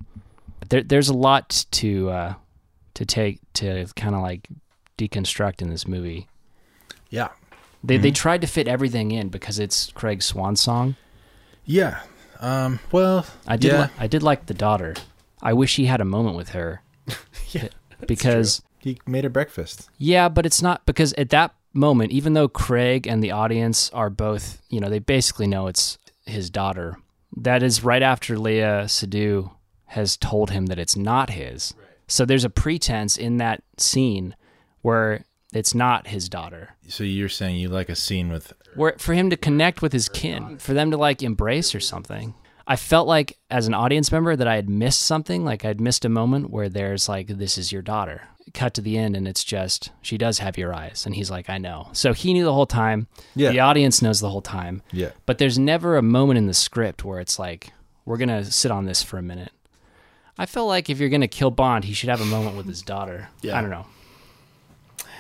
there, there's a lot to uh, to take to kind of like deconstruct in this movie. Yeah. They they tried to fit everything in because it's Craig's swan song. Yeah. Um, well, I did Yeah. li- I did like the daughter. I wish he had a moment with her. Yeah, because he made her breakfast. Yeah, but it's not because at that moment, even though Craig and the audience are both, you know, they basically know it's his daughter. That is right after Leah Sadu has told him that it's not his. So there's a pretense in that scene where it's not his daughter. So you're saying you like a scene with Where for him to connect with his kin, for them to like embrace or something. I felt like as an audience member that I had missed something, like I'd missed a moment where there's like this is your daughter. Cut to the end and it's just she does have your eyes and he's like I know. So he knew the whole time. Yeah. The audience knows the whole time. Yeah. But there's never a moment in the script where it's like we're going to sit on this for a minute. I felt like if you're going to kill Bond, he should have a moment with his daughter. Yeah. I don't know.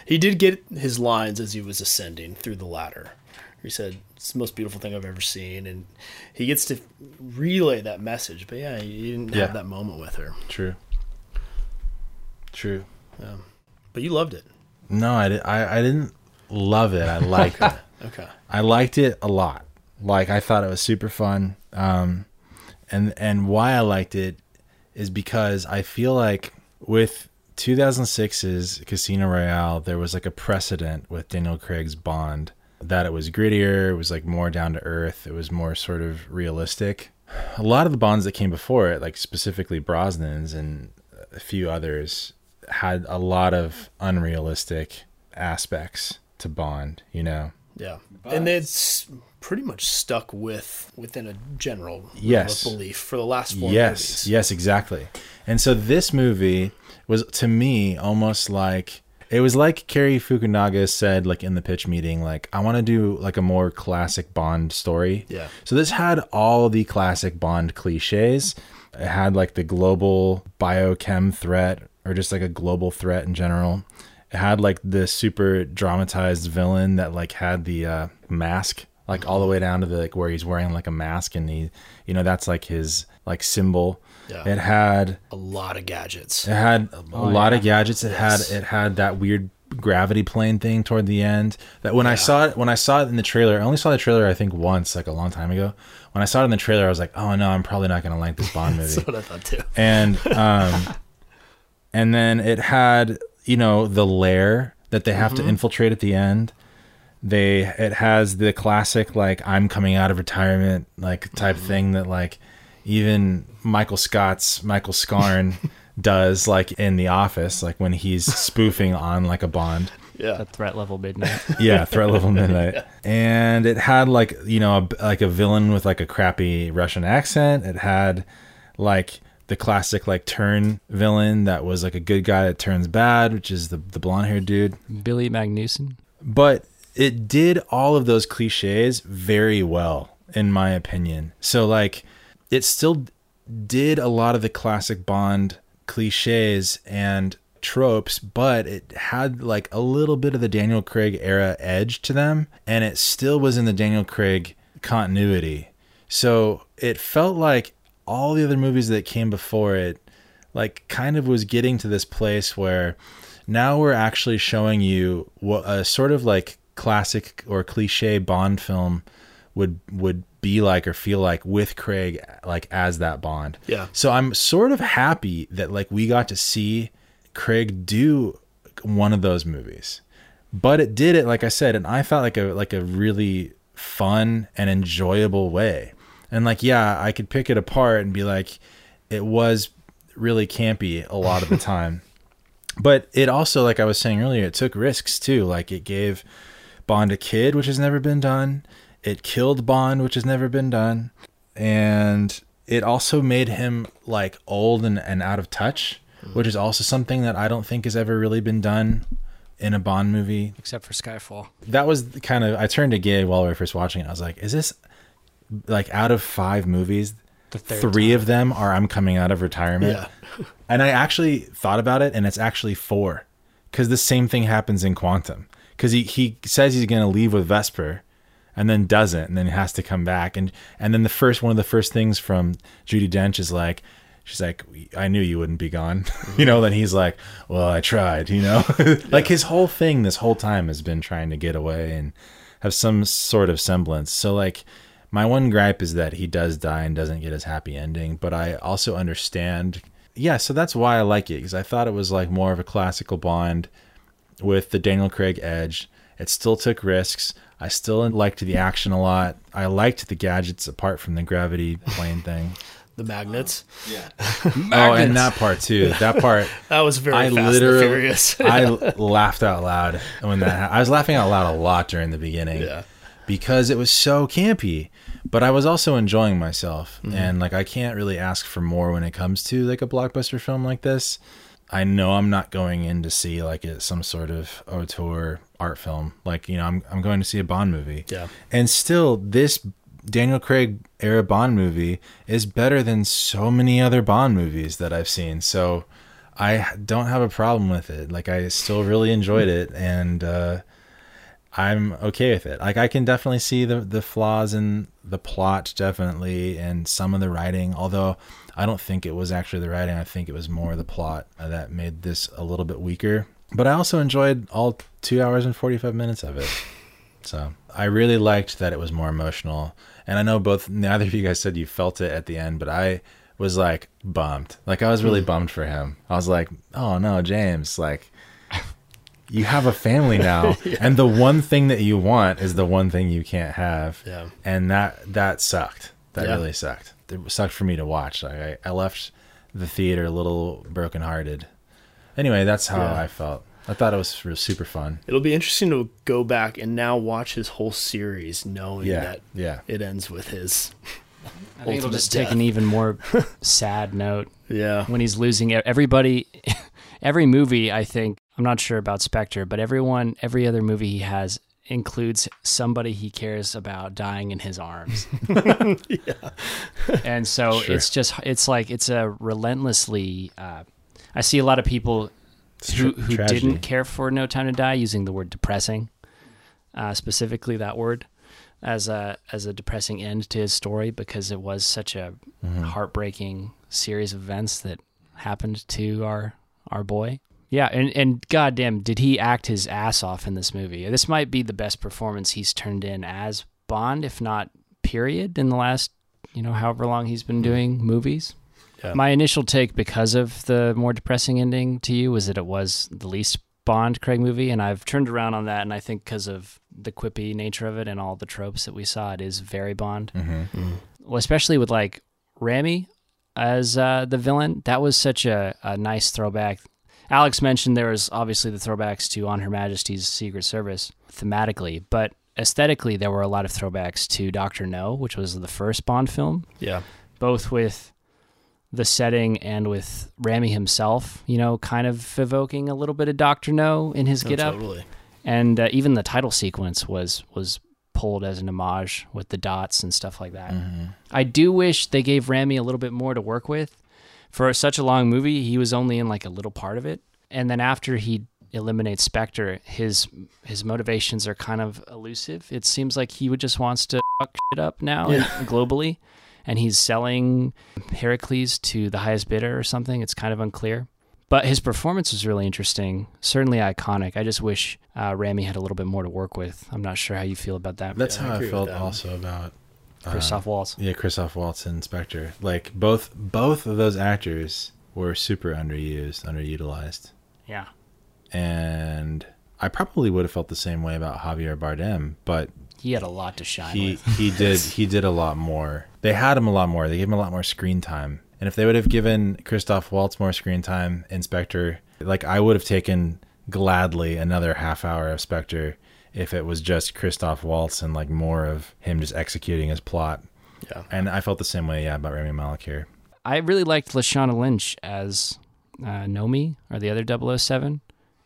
He did get his lines as he was ascending through the ladder. He said, "It's the most beautiful thing I've ever seen," and he gets to relay that message. But yeah, he didn't Yeah. have that moment with her. True. True. But you loved it. No, I, di- I, I didn't love it. I liked it. Okay. I liked it a lot. Like I thought it was super fun. Um, and and why I liked it is because I feel like with 2006's Casino Royale, there was like a precedent with Daniel Craig's Bond that it was grittier, it was like more down to earth, it was more sort of realistic. A lot of the Bonds that came before it, like specifically Brosnan's and a few others, had a lot of unrealistic aspects to Bond, you know. Yeah. and it's pretty much stuck with within a general realm Yes. of belief for the last four yes movies. yes exactly and so this movie was to me almost like it was like Cary Fukunaga said like in the pitch meeting like I want to do like a more classic Bond story. Yeah. So this had all the classic Bond clichés. It had like the global biochem threat or just like a global threat in general. It had like the super dramatized villain that like had the uh, mask like all the way down to the like where he's wearing like a mask and he you know that's like his like symbol. Yeah. It had A lot of gadgets. it had a lot of gadgets. It had it had that weird gravity plane thing toward the end. That when I saw it when I saw it in the trailer, I only saw the trailer I think once, like a long time ago. When I saw it in the trailer, I was like, oh no, I'm probably not gonna like this Bond movie. That's what I thought too. and um, and then it had you know the lair that they have to infiltrate at the end. They it has the classic like I'm coming out of retirement like type thing that like even Michael Scott's Michael Scarn does like in The Office like when he's spoofing on like a Bond Yeah. The threat level midnight. yeah, threat level midnight. And it had like you know a, like a villain with like a crappy Russian accent. It had like the classic like turn villain that was like a good guy that turns bad, which is the the blonde haired dude. Billy Magnuson. But it did all of those cliches very well, in my opinion. So like it still did a lot of the classic Bond cliches and tropes, but it had like a little bit of the Daniel Craig era edge to them, and it still was in the Daniel Craig continuity. So it felt like all the other movies that came before it, like, kind of was getting to this place where now we're actually showing you what a sort of like classic or cliche Bond film would would be like or feel like with Craig like as that Bond. Yeah. So I'm sort of happy that like we got to see Craig do one of those movies. But it did it like I said and I felt like a like a really fun and enjoyable way. And like yeah, I could pick it apart and be like it was really campy a lot of the time. but it also like I was saying earlier, it took risks too. Like it gave Bond a kid, which has never been done. It killed Bond, which has never been done. And it also made him like old and, and out of touch, which is also something that I don't think has ever really been done in a Bond movie. except for Skyfall. That was the kind of I turned to Gabe while we were first watching it. I was like, is this like out of five movies, The third three of them are I'm coming out of retirement. Yeah. and I actually thought about it, and it's actually four, because the same thing happens in Quantum. Because he he says he's going to leave with Vesper, and then doesn't, and then has to come back, and and then the first one of the first things from Judy Dench is like. She's like, I knew you wouldn't be gone, you know. Then he's like, Well, I tried, you know. like his whole thing this whole time has been trying to get away and have some sort of semblance. So like, my one gripe is that he does die and doesn't get his happy ending, but I also understand. Yeah, so that's why I like it because I thought it was like more of a classical Bond with the Daniel Craig edge. It still took risks. I still liked the action a lot. I liked the gadgets apart from the gravity plane thing. The magnets. oh, and that part too. That part. That was very I fast and literally, furious. I laughed out loud when that. hap- I was laughing out loud a lot during the beginning, Yeah. because it was so campy. But I was also enjoying myself, Mm-hmm. and like I can't really ask for more when it comes to like a blockbuster film like this. I know I'm not going in to see like a, some sort of auteur art film. Like you know, I'm I'm going to see a Bond movie. Yeah. And still, this Daniel Craig era Bond movie is better than so many other Bond movies that I've seen. So I don't have a problem with it. Like I still really enjoyed it, and uh, I'm okay with it. Like I can definitely see the the flaws in the plot, definitely, and some of the writing. Although I don't think it was actually the writing. I think it was more the plot that made this a little bit weaker. But I also enjoyed all two hours and forty five minutes of it. So I really liked that it was more emotional. And I know both neither of you guys said you felt it at the end, but I was like bummed. Like I was Hmm. really bummed for him. I was like, oh no, James, like you have a family now. And the one thing that you want is the one thing you can't have. Yeah. And that that sucked. That Yeah. really sucked. It sucked for me to watch. Like I, I left the theater a little brokenhearted. Anyway, that's how Yeah. I felt. I thought it was re- super fun. It'll be interesting to go back and now watch his whole series, knowing Yeah, that yeah. it ends with his. I think it'll Ultimate just take death. an even more sad note Yeah, when he's losing e- everybody. every movie, I think, I'm not sure about Spectre, but everyone, every other movie he has includes somebody he cares about dying in his arms. And so Sure. it's just, it's like, it's a relentlessly, uh, I see a lot of people who, Tra- who tragedy. didn't care for No Time to Die using the word depressing, uh, specifically that word, as a as a depressing end to his story because it was such a heartbreaking series of events that happened to our our boy. Yeah, and and goddamn, did he act his ass off in this movie? This might be the best performance he's turned in as Bond, if not period, in the last you know however long he's been doing movies. Yeah. My initial take because of the more depressing ending to you was that it was the least Bond Craig movie, and I've turned around on that, and I think because of the quippy nature of it and all the tropes that we saw, it is very Bond. Well, especially with like Rami as uh, the villain, that was such a, a nice throwback. Alex mentioned there was obviously the throwbacks to On Her Majesty's Secret Service thematically, but aesthetically there were a lot of throwbacks to Doctor No, which was the first Bond film yeah, both with the setting and with Rami himself, you know, kind of evoking a little bit of Doctor No in his No, get up, Oh, totally. and uh, even the title sequence was was pulled as an homage with the dots and stuff like that. I do wish they gave Rami a little bit more to work with. For such a long movie, he was only in like a little part of it, and then after he eliminates Spectre, his his motivations are kind of elusive. It seems like he would just wants to fuck shit up now and- globally, and he's selling Heracles to the highest bidder or something. It's kind of unclear. But his performance was really interesting, certainly iconic. I just wish uh, Rami had a little bit more to work with. I'm not sure how you feel about that, That's Yeah, I how I, agree with felt that. also about um, Christoph Waltz. yeah, Christoph Waltz and Spectre. Like both both of those actors were super underused, underutilized, Yeah. and I probably would have felt the same way about Javier Bardem, but He had a lot to shine he with. he did he did a lot more. They had him a lot more. They gave him a lot more screen time. And if they would have given Christoph Waltz more screen time in Spectre, like I would have taken gladly another half hour of Spectre if it was just Christoph Waltz and like more of him just executing his plot. Yeah. And I felt the same way, yeah, about Rami Malek here. I really liked Lashana Lynch as uh, Nomi or the other 007.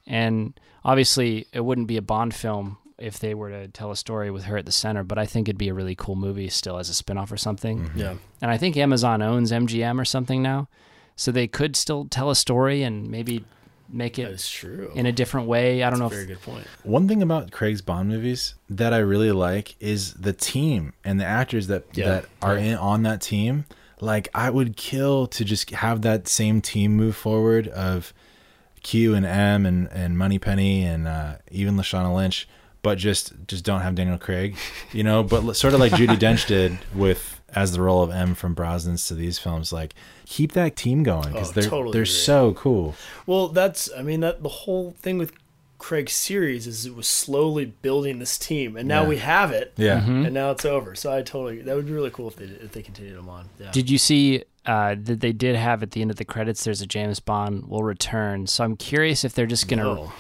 And obviously, it wouldn't be a Bond film if they were to tell a story with her at the center, but I think it'd be a really cool movie still as a spin off or something. Yeah. And I think Amazon owns MGM or something now. So they could still tell a story and maybe make it That's true. in a different way. I don't know Very if good point. One thing about Craig's Bond movies that I really like is the team and the actors that Yeah. that are in on that team. Like I would kill to just have that same team move forward of Q and M and and Moneypenny and uh, even Lashana Lynch, but just just don't have Daniel Craig, you know. But l- sort of like Judy Dench did with as the role of M from Brosnan's to these films, like keep that team going because Oh, they're totally they're agree. so cool. Well, that's I mean that the whole thing with Craig's series is it was slowly building this team, and now Yeah. we have it. Yeah. And now it's over. So I totally that would be really cool if they if they continued them on. Yeah. Did you see uh, that they did have at the end of the credits? There's a James Bond will return. So I'm curious if they're just gonna. No.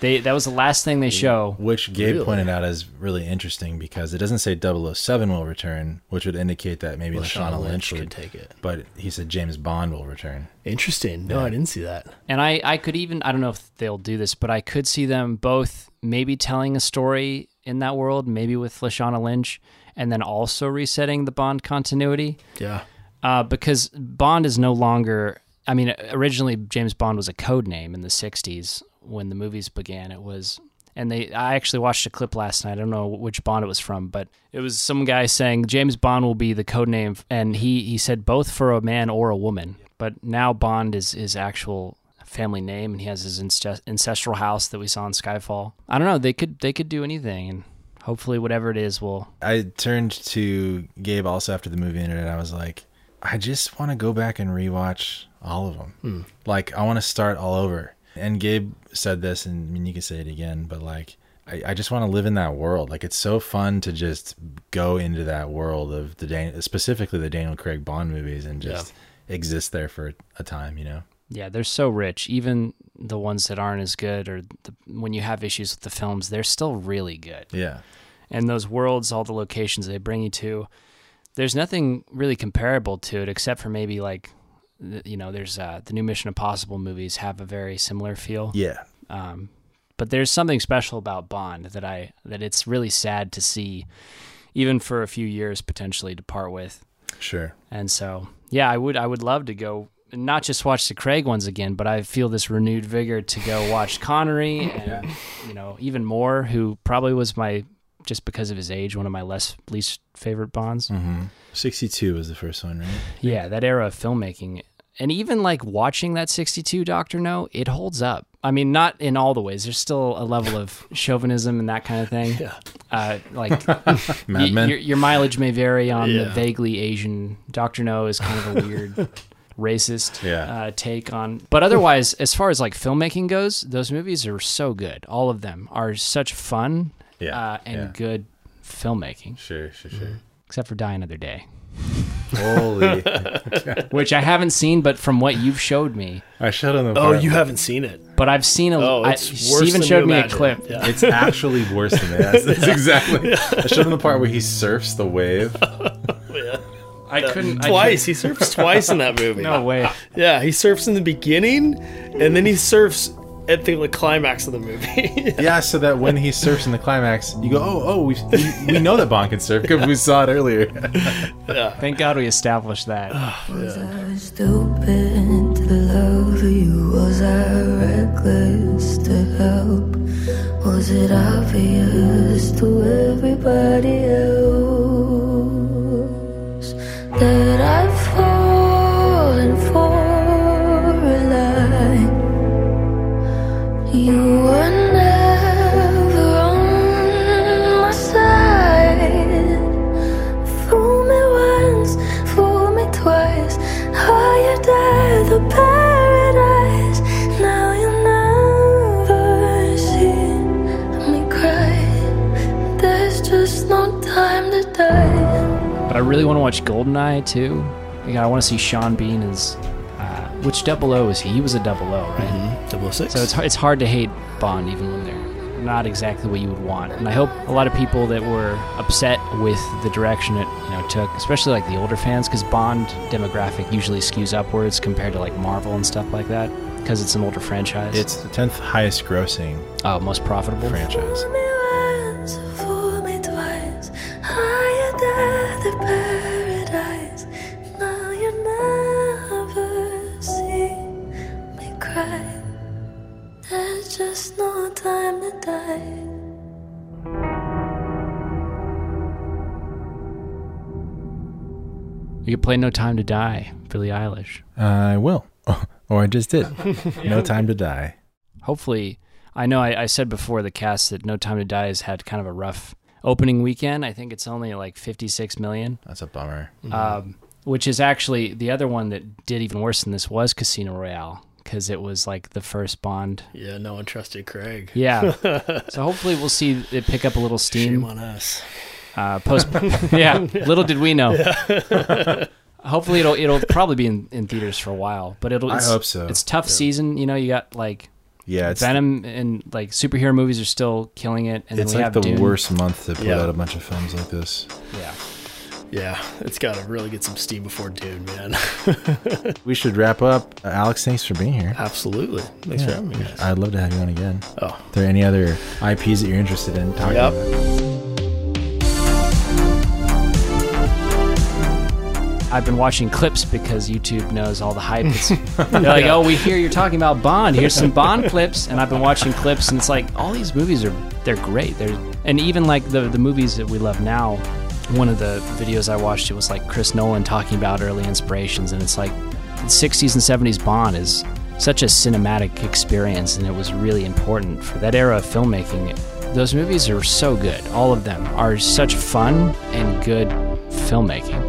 They that was the last thing they show. Which Gabe Really? pointed out is really interesting because it doesn't say 007 will return, which would indicate that maybe Lashana, Lashana Lynch, Lynch could would take it. But he said James Bond will return. Interesting. No, I didn't see that. And I I could even I don't know if they'll do this, but I could see them both maybe telling a story in that world, maybe with Lashana Lynch, and then also resetting the Bond continuity. Yeah. uh, because Bond is no longer. I mean, originally James Bond was a code name in the '60s when the movies began. It was, and they. I actually watched a clip last night. I don't know which Bond it was from, but it was some guy saying James Bond will be the code name, f- and he he said both for a man or a woman. But now Bond is his actual family name, and he has his incest- ancestral house that we saw in Skyfall. I don't know. They could they could do anything, and hopefully whatever it is will. I turned to Gabe also after the movie ended, and I was like, I just want to go back and rewatch all of them. Hmm. Like, I want to start all over. And Gabe said this, and I mean, you can say it again, but like, I, I just want to live in that world. Like, it's so fun to just go into that world of the Dan- specifically the Daniel Craig Bond movies and just exist there for a time, you know? Yeah, they're so rich. Even the ones that aren't as good, or the, when you have issues with the films, they're still really good. Yeah. And those worlds, all the locations they bring you to, there's nothing really comparable to it, except for maybe like, th- you know, there's uh, the new Mission Impossible movies have a very similar feel. Yeah. Um, but there's something special about Bond that I that it's really sad to see, even for a few years potentially to part with. Sure. And so, yeah, I would I would love to go and not just watch the Craig ones again, but I feel this renewed vigor to go watch Connery and you know even more, who probably was my just because of his age one of my less least favorite Bonds. 62 was the first one, right? Yeah, that era of filmmaking. And even like watching that 62 Doctor No, it holds up. I mean, not in all the ways. There's still a level of chauvinism and that kind of thing. Yeah. Uh, like Mad Y- Men. Your, your mileage may vary on the Yeah. vaguely Asian. Doctor No is kind of a weird racist Yeah. uh, take on. But otherwise, as far as like filmmaking goes, those movies are so good. All of them are such fun Yeah, uh, and yeah. good filmmaking, Sure, sure, sure. except for Die Another Day, Mm-hmm. Holy. which I haven't seen, but from what you've showed me, I showed him the Oh, part- you haven't seen it. but I've seen a. Oh, I- it's worse Steven than showed you me a imagine. clip. Yeah. It's actually worse than that. That's, that's exactly. I showed him the part where he surfs the wave. I couldn't I Uh, Twice he surfs twice in that couldn't- movie. no way. Yeah, he surfs in the beginning, and then he surfs at the climax of the movie. Yeah, so that when he surfs in the climax, you go, oh, oh, we, we, we know that Bond can surf because we saw it earlier. Thank God we established that. I stupid to love you? Was I reckless to help? Was it obvious to everybody else that I've fallen for a lie? You were never on my side. Fool me once, fool me twice. How you die the paradise? Now you'll never see me cry. There's just no time to die. But I really want to watch Goldeneye too. Like, I want to see Sean Bean as uh, which double O is he? He was a double O, right? Double six. So it's it's hard to hate Bond even when they're not exactly what you would want. And I hope a lot of people that were upset with the direction it you know took, especially like the older fans, because Bond demographic usually skews upwards compared to like Marvel and stuff like that, because it's an older franchise. It's the 10th highest grossing uh, most profitable. franchise. Fool me once, fool me twice. Higher than the paradise. Now you never see me cry. There's just no time to die. You could play "No Time to Die," Billie Eilish. I will. or Oh, I just did. No time to die. hopefully i know I, I said before the cast that no time to die has had kind of a rough opening weekend i think it's only like 56 million, That's a bummer. um, which is actually the other one that did even worse than this was casino royale because it was like the first bond Yeah, no one trusted Craig. yeah so hopefully we'll see it pick up a little Shame steam on us. uh, post yeah little did we know hopefully it'll it'll probably be in, in theaters for a while but it'll I it's, hope so. it's tough season you know you got like Yeah, it's Venom and like superhero movies are still killing it, and it's then we like the have Dune. worst month to put Yeah. out a bunch of films like this. Yeah, Yeah, it's got to really get some steam before Dune, man. We should wrap up. Uh, Alex, thanks for being here. Absolutely. Thanks for Yeah, having me, guys. I'd love to have you on again. Oh, Are there any other IPs that you're interested in talking Yep. about? I've been watching clips because YouTube knows all the hype. It's, they're like, oh, we hear you're talking about Bond. Here's some Bond clips, and I've been watching clips, and it's like all these movies are they're great. They're and even like the the movies that we love now. One of the videos I watched it was like Chris Nolan talking about early inspirations, and it's like the 60s and 70s Bond is such a cinematic experience, and it was really important for that era of filmmaking. Those movies are so good. All of them are such fun and good filmmaking.